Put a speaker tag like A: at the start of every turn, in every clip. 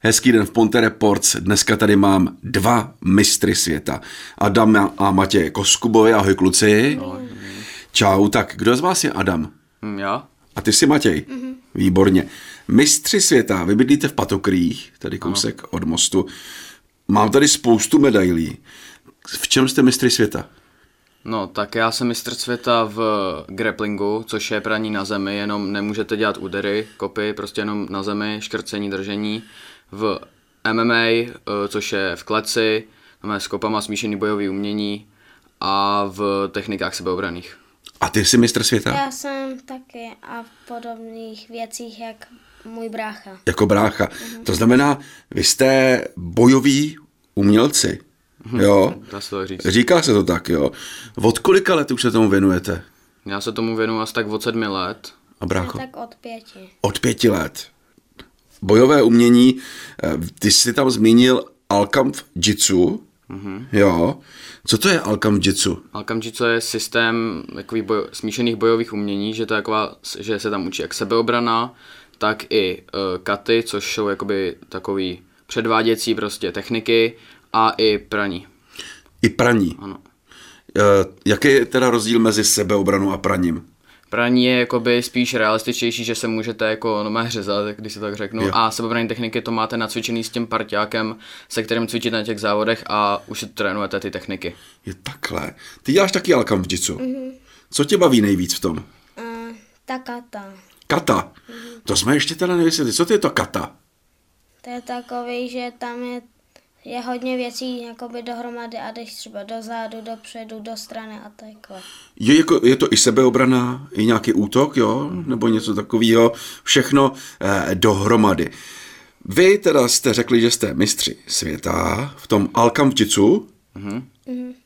A: Hezký den v Ponte Reports. Dneska tady mám dva mistry světa. Adama a Matěje Koskubové. Ahoj kluci. Čau, tak kdo z vás je Adam?
B: Hm, Já?
A: A ty jsi Matěj? Výborně. Mistři světa, vy bydlíte v Patokrých, tady kousek od mostu. Mám tady spoustu medailí. V čem jste mistři světa?
B: No, tak já jsem mistr světa v grapplingu, což je praní na zemi, jenom nemůžete dělat údery, kopy, prostě jenom na zemi, škrcení, držení. V MMA, eh, což je v kleci, máme s kopama smíšený bojový umění a v technikách sebeobraných.
A: A ty jsi mistr světa?
C: Já jsem taky a v podobných věcích, jak můj brácha.
A: Jako brácha. To znamená, vy jste bojoví umělci. Jo?
B: Dá se to říct.
A: Říká se to tak, jo. Od kolika let už se tomu věnujete?
B: Já se tomu věnuji asi tak od sedmi let.
A: A brácho?
C: No Tak od pěti.
A: Od pěti let. Bojové umění, eh, ty jsi tam zmínil Alkamf Jitsu, jo. Co to je Alkamf Jitsu?
B: Alkamjico je systém takových bojo- smíšených bojových umění, že, to je taková, že se tam učí jak sebeobrana, tak i uh, katy, což jsou jakoby takový předváděcí prostě techniky a i praní.
A: I praní.
B: Ano.
A: Eh, Jaký je teda rozdíl mezi sebeobranou a praním?
B: Praní je jakoby spíš realističtější, že se můžete jako no, hřezat, když si tak řeknu.
A: Jo.
B: A sebeobranné techniky to máte nacvičený s tím parťákem, se kterým cvičíte na těch závodech a už si trénujete ty techniky.
A: Je takhle. Ty děláš taky Alkamf Jitsu. Co tě baví nejvíc v tom?
C: Uh, ta kata.
A: Kata. To jsme ještě teda nevysvětlili. Co to je to kata?
C: To je takový, že tam je, je hodně věcí jakoby dohromady a jdeš třeba dozadu, dopředu, do strany a takhle.
A: Je, jako, je to i sebeobrana, i nějaký útok, jo? Nebo něco takového. Všechno eh, dohromady. Vy teda jste řekli, že jste mistři světa v tom Alkamf Jitsu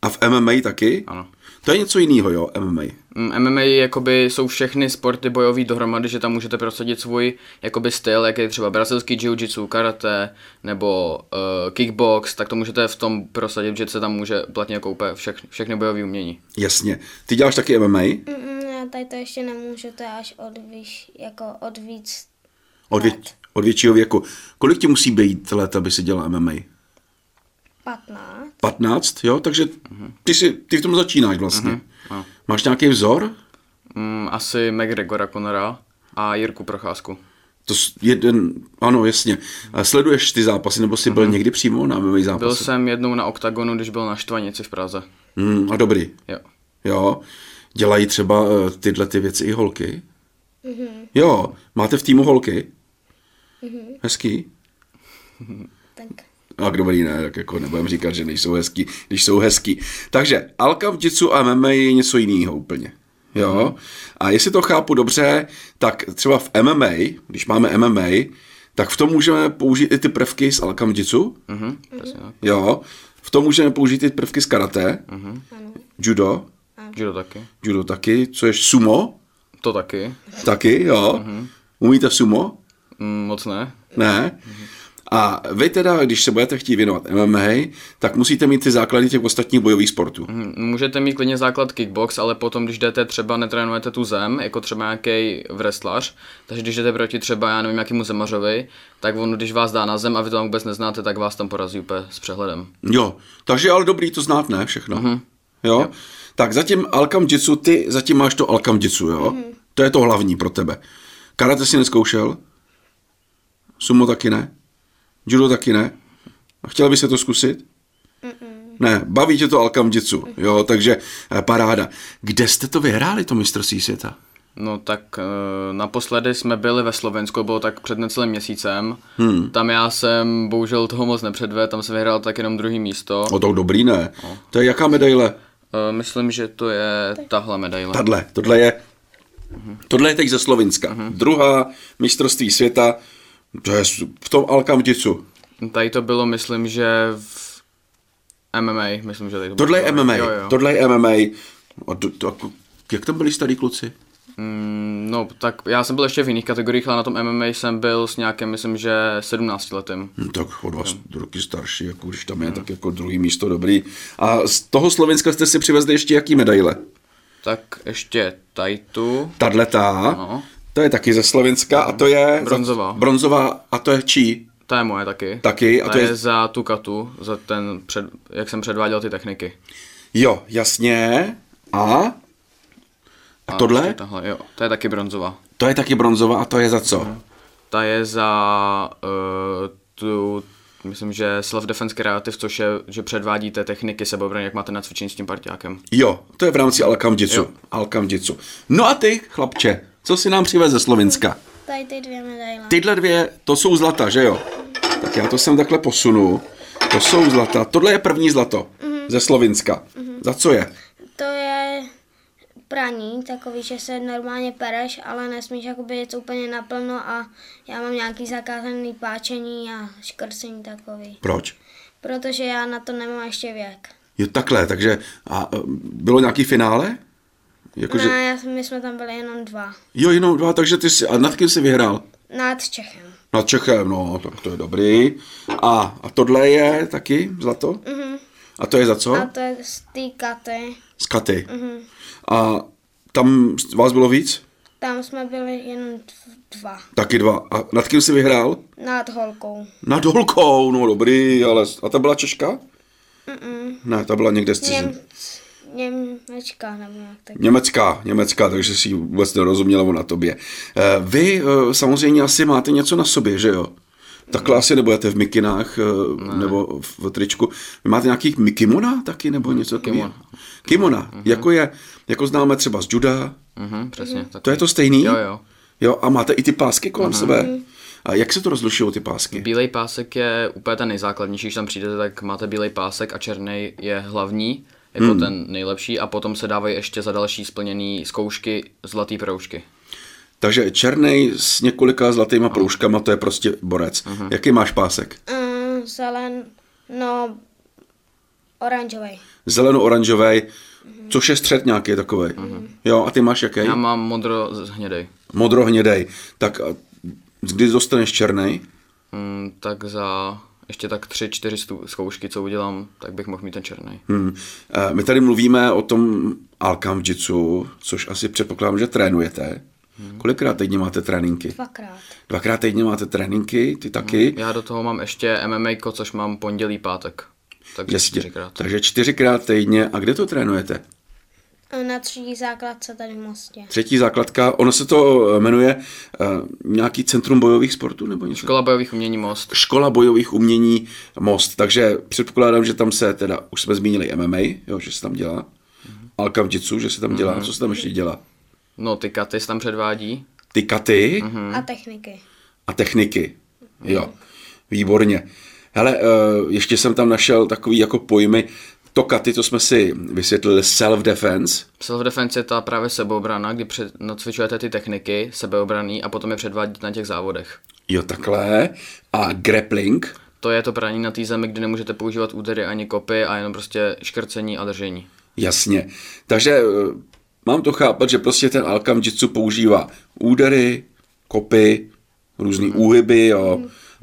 A: a v MMA taky.
B: Ano.
A: To je něco jiného, jo, MMA.
B: Mm, MMA jakoby jsou všechny sporty bojový dohromady, že tam můžete prosadit svůj jakoby styl, jak je třeba brazilský jiu-jitsu, karate nebo uh, kickbox, tak to můžete v tom prosadit, že se tam může platně jako úplně všech, všechny bojové umění.
A: Jasně. Ty děláš taky MMA?
C: Mm, já tady to ještě nemůžu, to je až od výš, jako od víc,
A: Od, vě,
C: Let.
A: od většího věku. Kolik ti musí být let, aby si dělal MMA?
C: 15.
A: 15, jo? Takže ty, si, ty v tom začínáš vlastně.
B: Mhm. ano.
A: Máš nějaký vzor?
B: Mm, asi McGregora Conora a Jirku Procházku.
A: To s- jeden, ano, jasně. A sleduješ ty zápasy, nebo jsi byl někdy přímo na MMA zápasy?
B: Mhm. Byl jsem jednou na oktagonu, když byl na Štvanici v Praze.
A: Hmm, a dobrý,
B: Jo.
A: jo. Dělají třeba eh, tyhle ty věci i holky? Mm-hmm. Jo, máte v týmu holky? Mm-hmm. Hezký?
C: Tak
A: A kdo dobrý, ne, tak jako nebudem říkat, že nejsou hezký, když jsou hezký. Takže Alka v Jitsu a MMA je něco jiného úplně.
B: Mhm.
A: Jo? A jestli to chápu dobře, tak třeba v MMA, když máme MMA, tak v tom můžeme použít i ty prvky z Alka v Jitsu.
B: Mhm, přesně tak.
A: Jo? V tom můžeme použít i prvky z karate, judo,
B: Judo taky.
A: judo taky, co je sumo,
B: To taky.
A: taky, jo. Umíte sumo?
B: Mm, moc ne.
A: Ne. A vy teda, když se budete chtít věnovat MMA, tak musíte mít ty základy těch ostatních bojových sportů.
B: Mm, Můžete mít klidně základ kickbox, ale potom, když jdete třeba, netrénujete tu zem, jako třeba nějaký wrestlař, takže když jdete proti třeba, já nevím, nějakému zemařovi, tak on, když vás dá na zem a vy to tam vůbec neznáte, tak vás tam porazí úplně s přehledem.
A: Jo, takže ale dobrý, to znát ne všechno. Jo? Tak zatím Alkam Jitsu, ty zatím máš to Alkam Jitsu, jo? To je to hlavní pro tebe. Karate si neskoušel? Sumo taky ne? Judo taky ne? A chtěl by se to zkusit? Ne, baví tě to Alkam Jitsu, jo, takže eh, paráda. Kde jste to vyhráli, to mistrovství světa?
B: No tak e, naposledy jsme byli ve Slovensku, bylo tak před necelým měsícem. Hmm. Tam já jsem bohužel toho moc nepředvedl, tam jsem vyhrál tak jenom druhý místo.
A: O to dobrý ne. To je jaká medaile?
B: E, myslím, že to je tahle medaile.
A: Tadle, tohle je, tohle je teď ze Slovinska.
B: Mhm.
A: Druhá mistrovství světa, to je s- v tom Alkamticu.
B: Tady to bylo, myslím, že v MMA, myslím, že tady to bylo.
A: Tohle je MMA,
B: Jo, jo.
A: tohle je MMA. A to, to, jako- jak tam byli starý kluci?
B: Mm, no, tak já jsem byl ještě v jiných kategoriích, ale na tom MMA jsem byl s nějakým, myslím, že 17 letým.
A: Hm, tak od vás roky starší, jako když tam je,
B: Mhm.
A: tak jako druhý místo dobrý. A z toho Slovenska jste si přivezli ještě jaký medaile?
B: Tak ještě Tajtu,
A: Tadle ta,
B: No.
A: to je taky ze Slovenska a to je...
B: Bronzová.
A: Bronzová a to je čí?
B: Ta je moje taky.
A: Taky, a
B: ta
A: to
B: je...
A: je-
B: za tu katu, za ten, před, jak jsem předváděl ty techniky.
A: Jo, jasně. A? A, a
B: ještě
A: tohle?
B: Tahle, jo, ta je taky bronzová.
A: To je taky bronzová a to je za
C: Mhm.
A: co?
B: Ta je za uh, tu, myslím, že Self Defense Creative, což je, že předvádíte techniky sebeobrany, jak máte na cvičení s tím parťákem.
A: Jo, to je v rámci
B: Jo.
A: Alkamdicu. Alkamdicu. No a ty, chlapče, co si nám přivez ze Slovinska?
C: Tady ty dvě medaile.
A: Tyhle dvě, to jsou zlata, že jo? Tak já to sem takhle posunu. To jsou zlata. Tohle je první zlato
C: Mhm.
A: ze Slovinska. Za co je?
C: To je praní, takový, že se normálně pereš, ale nesmíš jakoby jít úplně naplno a já mám nějaký zakázaný páčení a škrcení takový.
A: Proč?
C: Protože já na to nemám ještě věk.
A: Jo, takhle, takže a, eh, bylo nějaký finále? Jakože,
C: Ne, No já, my jsme tam byli jenom dva.
A: jo, jenom dva, takže ty jsi, a nad kým jsi vyhrál?
C: Nad Čechem.
A: Nad Čechem, no, tak to je dobrý. A, a tohle je taky zlato? Mm-hmm. A to je za co?
C: Mhm. A to je z té katy.
A: Z Katy. Mm-hmm. A tam vás bylo víc?
C: Tam jsme byli jenom dv- dva.
A: Taky dva. A nad kým jsi vyhrál?
C: Nad holkou.
A: Nad holkou, no dobrý, ale... A ta byla Češka? Mm-mm. Ne, ta byla někde z cizin.
C: Něm, Němečka nebo jak tak.
A: Německá, německá, takže si ji vůbec nerozuměla ona tobě. Eh, Vy eh, samozřejmě asi máte něco na sobě, že jo? Takhle asi nebudete v mikinách eh, nebo v- v tričku. Vy máte nějaký mi- kimona taky nebo něco takového?
B: kimona.
A: Kimona, jako je, jako známe třeba z juda,
B: Mhm, přesně. Tak
A: to je to stejný?
B: Jo, jo.
A: Jo, a máte i ty pásky kolem sebe? A jak se to rozlišují ty pásky?
B: Bílej pásek je úplně ten nejzákladnější, když tam přijdete, tak máte bílej pásek a černý je hlavní, jako hmm. ten nejlepší a potom se dávají ještě za další splněný zkoušky zlatý proužky.
A: Takže černý s několika zlatýma proužkama, to je prostě borec. Jaký máš pásek?
C: Mm, zelen, no, oranžový.
A: zeleno-oranžový, což je střed nějaký takový. Jo, a ty máš jaký?
B: Já mám modro z- hnědej.
A: Modrohnědej. Tak a kdy dostaneš černý?
B: Mm, tak za ještě tak tři, čtyři stu- zkoušky, co udělám, tak bych mohl mít ten černý.
A: Hmm. Eh, My tady mluvíme o tom Alkam Jitsu, což asi předpokládám, že trénujete.
B: Mhm.
A: Kolikrát týdně máte tréninky?
C: Dvakrát.
A: Dvakrát týdně máte tréninky, ty taky.
B: Já do toho mám ještě MMA, což mám pondělí, pátek. Takže
A: Jasně.
B: čtyřikrát.
A: Takže čtyřikrát týdně. A kde to trénujete?
C: Na třídní základce tady v Mostě.
A: Třetí základka, ono se to eh, jmenuje eh, nějaký centrum bojových sportů nebo něco?
B: Škola bojových umění Most.
A: škola bojových umění Most. Takže předpokládám, že tam se teda, už jsme zmínili MMA, jo, že se tam dělá. Alkam Jitsu, že se tam dělá. Co se tam ještě dělá?
B: No, ty Katys tam předvádí.
A: Ty katy
C: A techniky.
A: a techniky. Jo, výborně. Hele, eh, ještě jsem tam našel takový jako pojmy. To katy, to jsme si vysvětlili, self-defense.
B: Self-defense je ta právě sebeobrana, kdy před, nacvičujete ty techniky sebeobraný a potom je předvádíte na těch závodech.
A: Jo, takhle. A grappling.
B: To je to praní na té zemi, kdy nemůžete používat údery ani kopy a jenom prostě škrcení a držení.
A: Jasně. Takže eh, mám to chápat, že prostě ten Alkam Jitsu používá údery, kopy, různé úhyby, jo,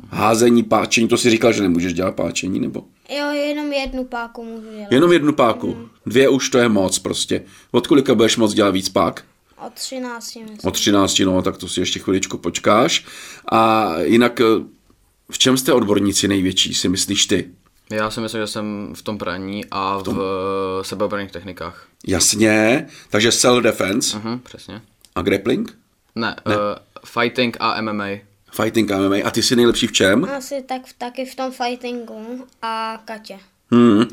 A: házení, páčení. To si říkal, že nemůžeš dělat páčení, nebo?
C: Jo, jenom jednu páku můžu dělat.
A: Jenom jednu páku. Dvě už to je moc prostě. Od kolika budeš moc dělat víc pák?
C: Od 13 myslím.
A: Od 13, no, tak to si ještě chviličku počkáš. A jinak, eh, v čem jste odborníci největší, si myslíš ty?
B: Já si myslím, že jsem v tom praní a v, v sebeobraných technikách.
A: Jasně, takže self-defense
B: Mhm, přesně.
A: a grappling,
B: Ne, ne. Uh, fighting a MMA.
A: fighting a MMA. A ty jsi nejlepší v čem?
C: Asi tak v- taky v tom fightingu a Katě.
A: Hmm.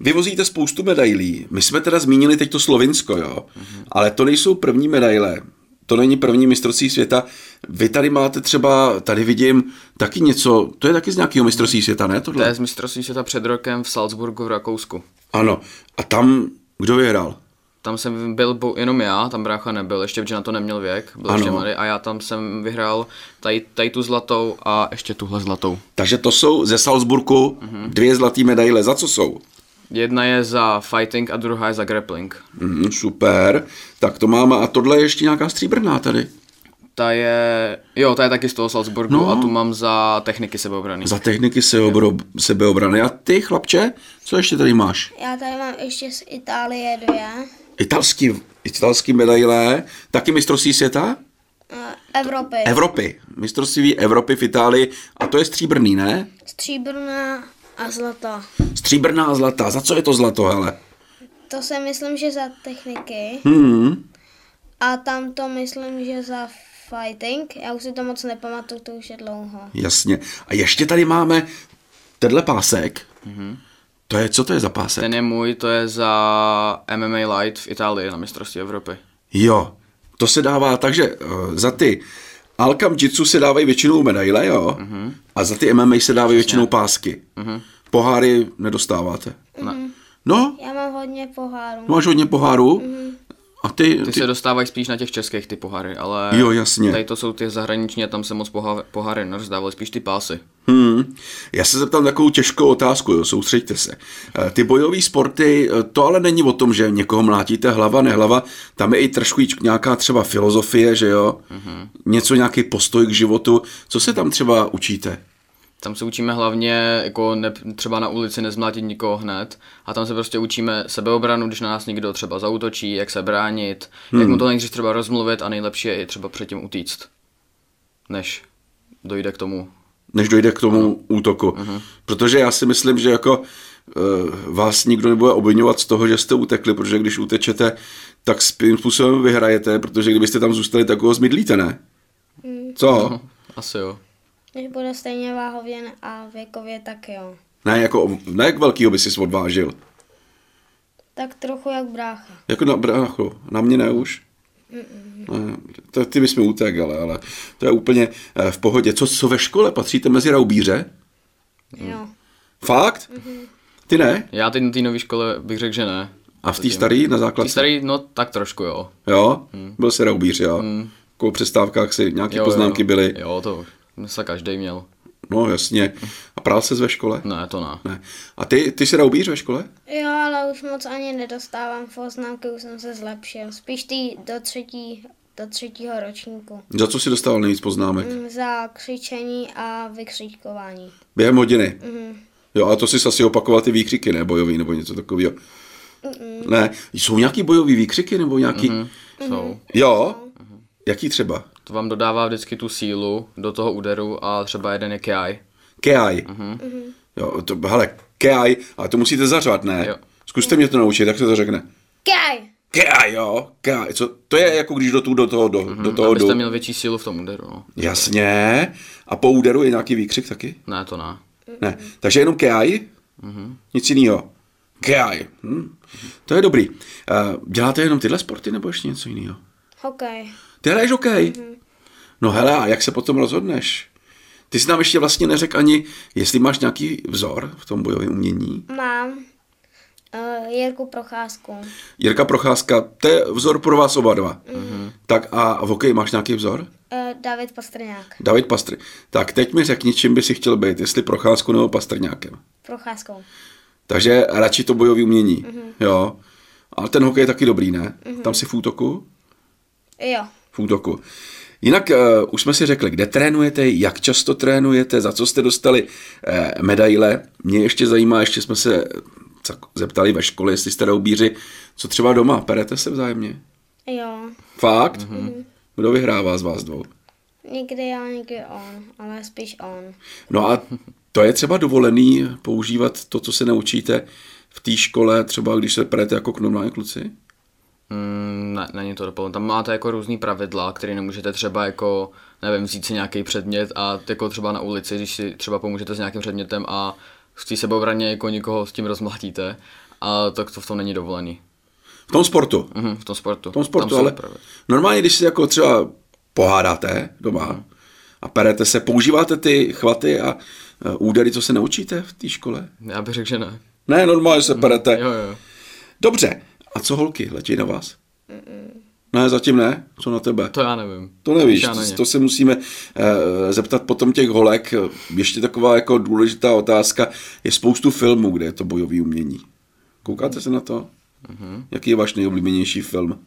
A: Vyvozíte spoustu medailí. My jsme teda zmínili teď to Slovinsko, jo. Ale to nejsou první medaile. To není první mistrovství světa. Vy tady máte třeba, tady vidím taky něco, to je taky z nějakého mistrovství světa, ne
B: To
A: tohle?
B: je z mistrovství světa před rokem v Salzburgu v Rakousku.
A: Ano. A tam kdo vyhrál?
B: Tam jsem byl bo- jenom já, tam brácha nebyl, ještě protože na to neměl věk, byl
A: Ano.
B: ještě mladý a já tam jsem vyhrál tady, tady tu zlatou a ještě tuhle zlatou.
A: Takže to jsou ze Salzburku dvě zlaté medaile. Za co jsou?
B: Jedna je za fighting a druhá je za grappling.
A: Hmm, super. Tak to máme. A tohle je ještě nějaká stříbrná tady.
B: Ta je, jo, ta je taky z toho Salzburgu
A: No.
B: no. a tu mám za techniky sebeobrany.
A: Za techniky seobro- sebeobrany. A ty, chlapče, co ještě tady máš?
C: Já tady mám ještě z Itálie dvě.
A: italský, italský medaile, taky mistrovství světa?
C: eh, Evropy.
A: Evropy. Mistrovství Evropy v Itálii. A to je stříbrný, ne?
C: Stříbrná a zlatá.
A: Stříbrná a zlatá. Za co je to zlato, hele?
C: To se myslím, že za techniky.
A: Hmm.
C: A tam to myslím, že za fighting. Já už si to moc nepamatuju, to už je dlouho.
A: Jasně. A ještě tady máme tenhle pásek. To je, co to je za pásek?
B: Mhm. Ten je můj, to je za MMA Light v Itálii na mistrovství Evropy.
A: Jo, to se dává tak, že eh, za ty Alkam Jitsu se dávají většinou medaile, jo?
B: Mhm.
A: Mm-hmm. A za ty MMA se dávají většinou pásky. Mm-hmm. Poháry nedostáváte.
B: Ne.
A: No,
C: Já mám hodně pohárů.
A: máš hodně pohárů. Mm-hmm. A ty, ty,
B: Ty se dostávají spíš na těch českých ty pohary, ale
A: Jo, jasně.
B: tady to jsou ty zahraniční a tam se moc poha- pohary nerozdávaly, spíš ty pásy.
A: Hmm. Já se zeptám takovou těžkou otázku, jo, soustřeďte se. Eh, Ty bojové sporty, eh, to ale není o tom, že někoho mlátíte hlava, nehlava, tam je i trošku jič- nějaká třeba filozofie, že jo, mm-hmm. něco, nějaký postoj k životu. Co se tam třeba učíte?
B: Tam se učíme hlavně jako ne, třeba na ulici nezmlátit nikoho hned a tam se prostě učíme sebeobranu, když na nás někdo třeba zautočí, jak se bránit, hmm. jak mu to nejdřív třeba rozmluvit a nejlepší je i třeba předtím utíct, než dojde k tomu.
A: než dojde k tomu útoku. Protože já si myslím, že jako eh, vás nikdo nebude obvinovat z toho, že jste utekli, protože když utečete, tak svým způsobem vyhrajete, protože kdybyste tam zůstali, tak ho zmidlíte, ne? Co?
B: Asi jo.
C: Když bude stejně váhově a věkově, tak jo.
A: Ne, jako, ne jak velkýho by si odvážil.
C: Tak trochu jak brácha.
A: Jako na brácho, na mě ne už. Ne, to, ty bys mi utekl, ale, ale to je úplně eh, v pohodě. Co, co ve škole? Patříte mezi raubíře?
C: Jo.
A: Fakt? Ty ne?
B: Já teď na té nové škole bych řekl, že ne.
A: A v té staré na
B: Ty
A: základce?
B: starý, no tak trošku jo.
A: Jo? Hmm. Byl jsi raubíř, jo? Hmm. Po přestávkách si nějaké
B: jo
A: poznámky
B: jo.
A: byly.
B: Jo, to se každý měl.
A: No jasně. A prál se ve škole?
B: Ne, to ne.
A: Ne. A ty, ty jsi raubíř ve škole?
C: Jo, ale už moc ani nedostávám poznámky, už jsem se zlepšil. Spíš ty do, třetí, do třetího ročníku.
A: Za co si dostal nejvíc poznámek?
C: Mm, Za křičení a vykřičkování.
A: Během hodiny? Jo, a to si asi opakoval ty výkřiky, ne? Bojový nebo něco takového. Ne. Jsou nějaký bojový výkřiky nebo nějaký...
B: Mm-hmm. Jsou.
A: Jo?
B: Mm-hmm.
A: Jaký třeba?
B: To vám dodává vždycky tu sílu do toho úderu a třeba jeden je KI.
A: Keaj.
B: Mm-hmm.
A: Jo, to, hele, keaj, ale to musíte zařvat, ne?
B: Jo.
A: Zkuste mě to naučit, jak se to řekne.
C: Kaj!
A: Keaj, jo, keaj. Co, to je jako když do, tu, do toho, do, do toho
B: Mhm, Abyste
A: jdu.
B: měl větší sílu v tom úderu, no.
A: Jasně. A po úderu je nějaký výkřik taky?
B: Ne, to ne.
A: Ne. Takže jenom keaj?
B: Mhm.
A: Nic jiného. Keaj. Hm? To je dobrý. Eh, Děláte jenom tyhle sporty nebo ještě něco jiného?
C: Hokej.
A: Ty hraješ hokej? No hele, a jak se potom rozhodneš? Ty jsi nám ještě vlastně neřekl ani, jestli máš nějaký vzor v tom bojovém umění.
C: Mám uh, Jirku Procházku.
A: Jirka Procházka, to je vzor pro vás oba dva. Tak a v hokeji máš nějaký vzor?
C: Uh, David Pastrňák.
A: David Pastr. Tak teď mi řekni, čím by si chtěl být, jestli Procházku nebo Pastrňákem.
C: Procházkou.
A: Takže radši to bojový umění, jo. Ale ten hokej je taky dobrý, ne? Tam si v útoku?
C: Jo.
A: V útoku. Jinak uh, už jsme si řekli, kde trénujete, jak často trénujete, za co jste dostali uh, medaile. Mě ještě zajímá, ještě jsme se eh, zeptali ve škole, jestli jste roubíři, co třeba doma, perete se vzájemně?
C: Jo.
A: Fakt? Kdo vyhrává z vás dvou?
C: Někdy já, někdy on, ale spíš on.
A: No a to je třeba dovolený používat to, co se naučíte v té škole, třeba když se perete jako k normální kluci?
B: Mm, ne, není to doplň. Tam máte jako různý pravidla, které nemůžete třeba jako, nevím, vzít si nějaký předmět a jako třeba na ulici, když si třeba pomůžete s nějakým předmětem a v té sebeobraně jako nikoho s tím rozmlátíte, a tak to v tom není dovolený.
A: V tom sportu?
B: Mhm, v tom sportu.
A: v tom sportu,
B: Tam jsou
A: ale
B: pravidla.
A: normálně, když si jako třeba pohádáte
B: Mhm.
A: doma a perete se, používáte ty chvaty a e, údery, co se naučíte v té škole?
B: Já bych řekl, že ne.
A: Ne, normálně se perete.
B: Mhm. Jo, jo.
A: Dobře, a co holky, letí na vás? Ne, zatím ne, co na tebe?
B: To já nevím.
A: To nevíš,
B: Já na
A: to,
B: ně.
A: to se musíme eh, zeptat potom těch holek. Ještě taková jako důležitá otázka. Je spoustu filmů, kde je to bojové umění. Koukáte se na to?
B: Mhm.
A: Jaký je váš nejoblíbenější film?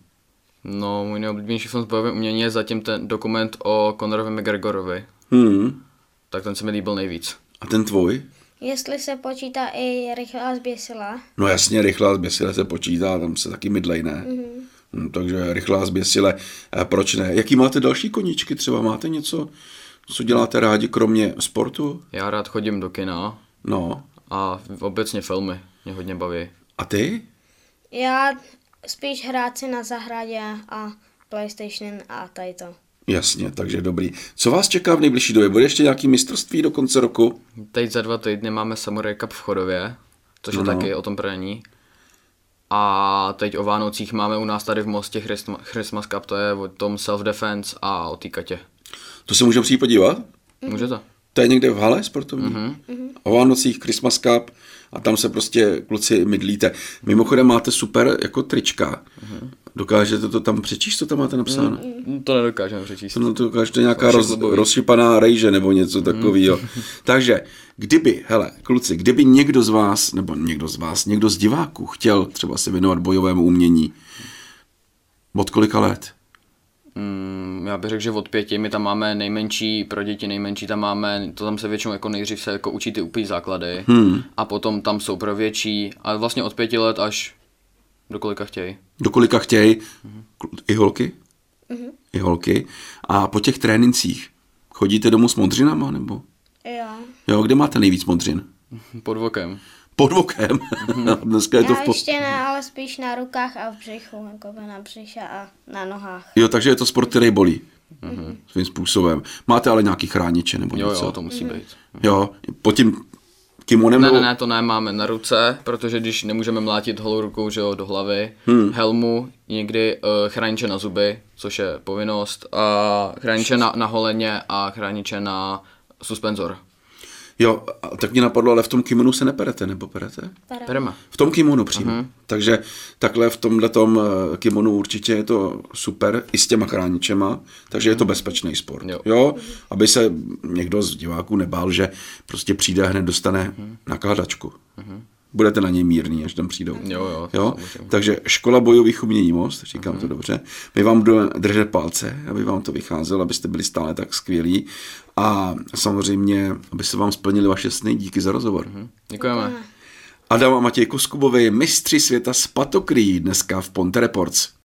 B: No, můj nejoblíbenější film z bojovém umění je zatím ten dokument o Conorovi McGregorovi.
A: Hmm.
B: Tak ten se mi líbil nejvíc.
A: A ten tvůj?
C: Jestli se počítá i rychlá zběsila,
A: No jasně, rychlá zběsile se počítá, tam se taky mydlej, ne? Hm, Takže rychlá zběsile, eh, proč ne? Jaký máte další koníčky třeba? Máte něco, co děláte rádi, kromě sportu?
B: Já rád chodím do kina
A: No.
B: a obecně filmy mě hodně baví.
A: A ty?
C: Já spíš hrát si na zahradě a PlayStation a tady to.
A: Jasně, takže dobrý. Co vás čeká v nejbližší době? Bude ještě nějaký mistrovství do konce roku?
B: Teď za dva týdny máme Samurai Cup v Chodově, což je
A: No, no.
B: taky o tom praní. A teď o Vánocích máme u nás tady v Mostě Christma- Christmas Cup, to je o tom self-defense a o té katě.
A: To se můžeme přijít podívat?
B: Můžete?
A: To je někde v hale sportovní? Mm-hmm. O Vánocích, Christmas Cup a tam se prostě kluci mydlíte. Mimochodem máte super jako trička. Mm-hmm. Dokážete to tam přečíst, co tam máte napsáno? Mm-hmm.
B: To nedokážeme přečíst.
A: No to ukážete nějaká roz, rozšípaná rejže nebo něco takového. Takže, kdyby, hele, kluci, kdyby někdo z vás, nebo někdo z vás, někdo z diváků chtěl třeba se věnovat bojovému umění, od kolika let?
B: Mm, já bych řekl, že od pěti, my tam máme nejmenší, pro děti nejmenší tam máme, to tam se většinou jako nejdřív se jako učí ty úplný základy hmm. a potom tam jsou pro větší a vlastně od pěti let až do kolika chtějí.
A: Do kolika chtějí? Klu- I holky? I holky. A po těch trénincích chodíte domů s modřinama, nebo?
C: Jo.
A: Jo, kde máte nejvíc modřin?
B: Pod vokem.
A: Pod okem. Dneska je to
C: Já
A: v po...
C: ještě ne, ale spíš na rukách a v břichu, jako by na břiše a na nohách.
A: Jo, takže je to sport, který bolí. Svým způsobem. Máte ale nějaký chrániče nebo
B: Jo,
A: něco?
B: jo, to musí být.
A: Jo, pod tím kimonem?
B: Ne,
A: nebo-
B: ne, ne, to ne, máme na ruce, protože když nemůžeme mlátit holou rukou, že jo, do hlavy, helmu, někdy uh, chrániče na zuby, což je povinnost, a chrániče na, na holeně a chrániče na suspenzor.
A: Jo, a tak mě napadlo, ale v tom kimonu se neperete, nebo perete?
C: Para.
B: Pereme.
A: V tom kimonu přímo.
B: Mhm.
A: Uh-huh. Takže takhle v tomhle kimonu určitě je to super, i s těma chráničema, takže je to bezpečný sport.
B: Mhm. Jo.
A: jo? Aby se někdo z diváků nebál, že prostě přijde a hned dostane
B: Mhm.
A: nakládačku. Budete na něj mírný, až tam přijdou.
B: Jo, jo, Mhm.
A: jo? Takže škola bojových umění most, říkám to dobře. My vám budeme držet palce, aby vám to vycházelo, abyste byli stále tak skvělí. A samozřejmě, aby se vám splnili vaše sny, díky za rozhovor.
B: Mhm. Děkujeme.
A: Adam a Matěj Koskubovi, mistři světa z patokrý, dneska v Ponte Reports.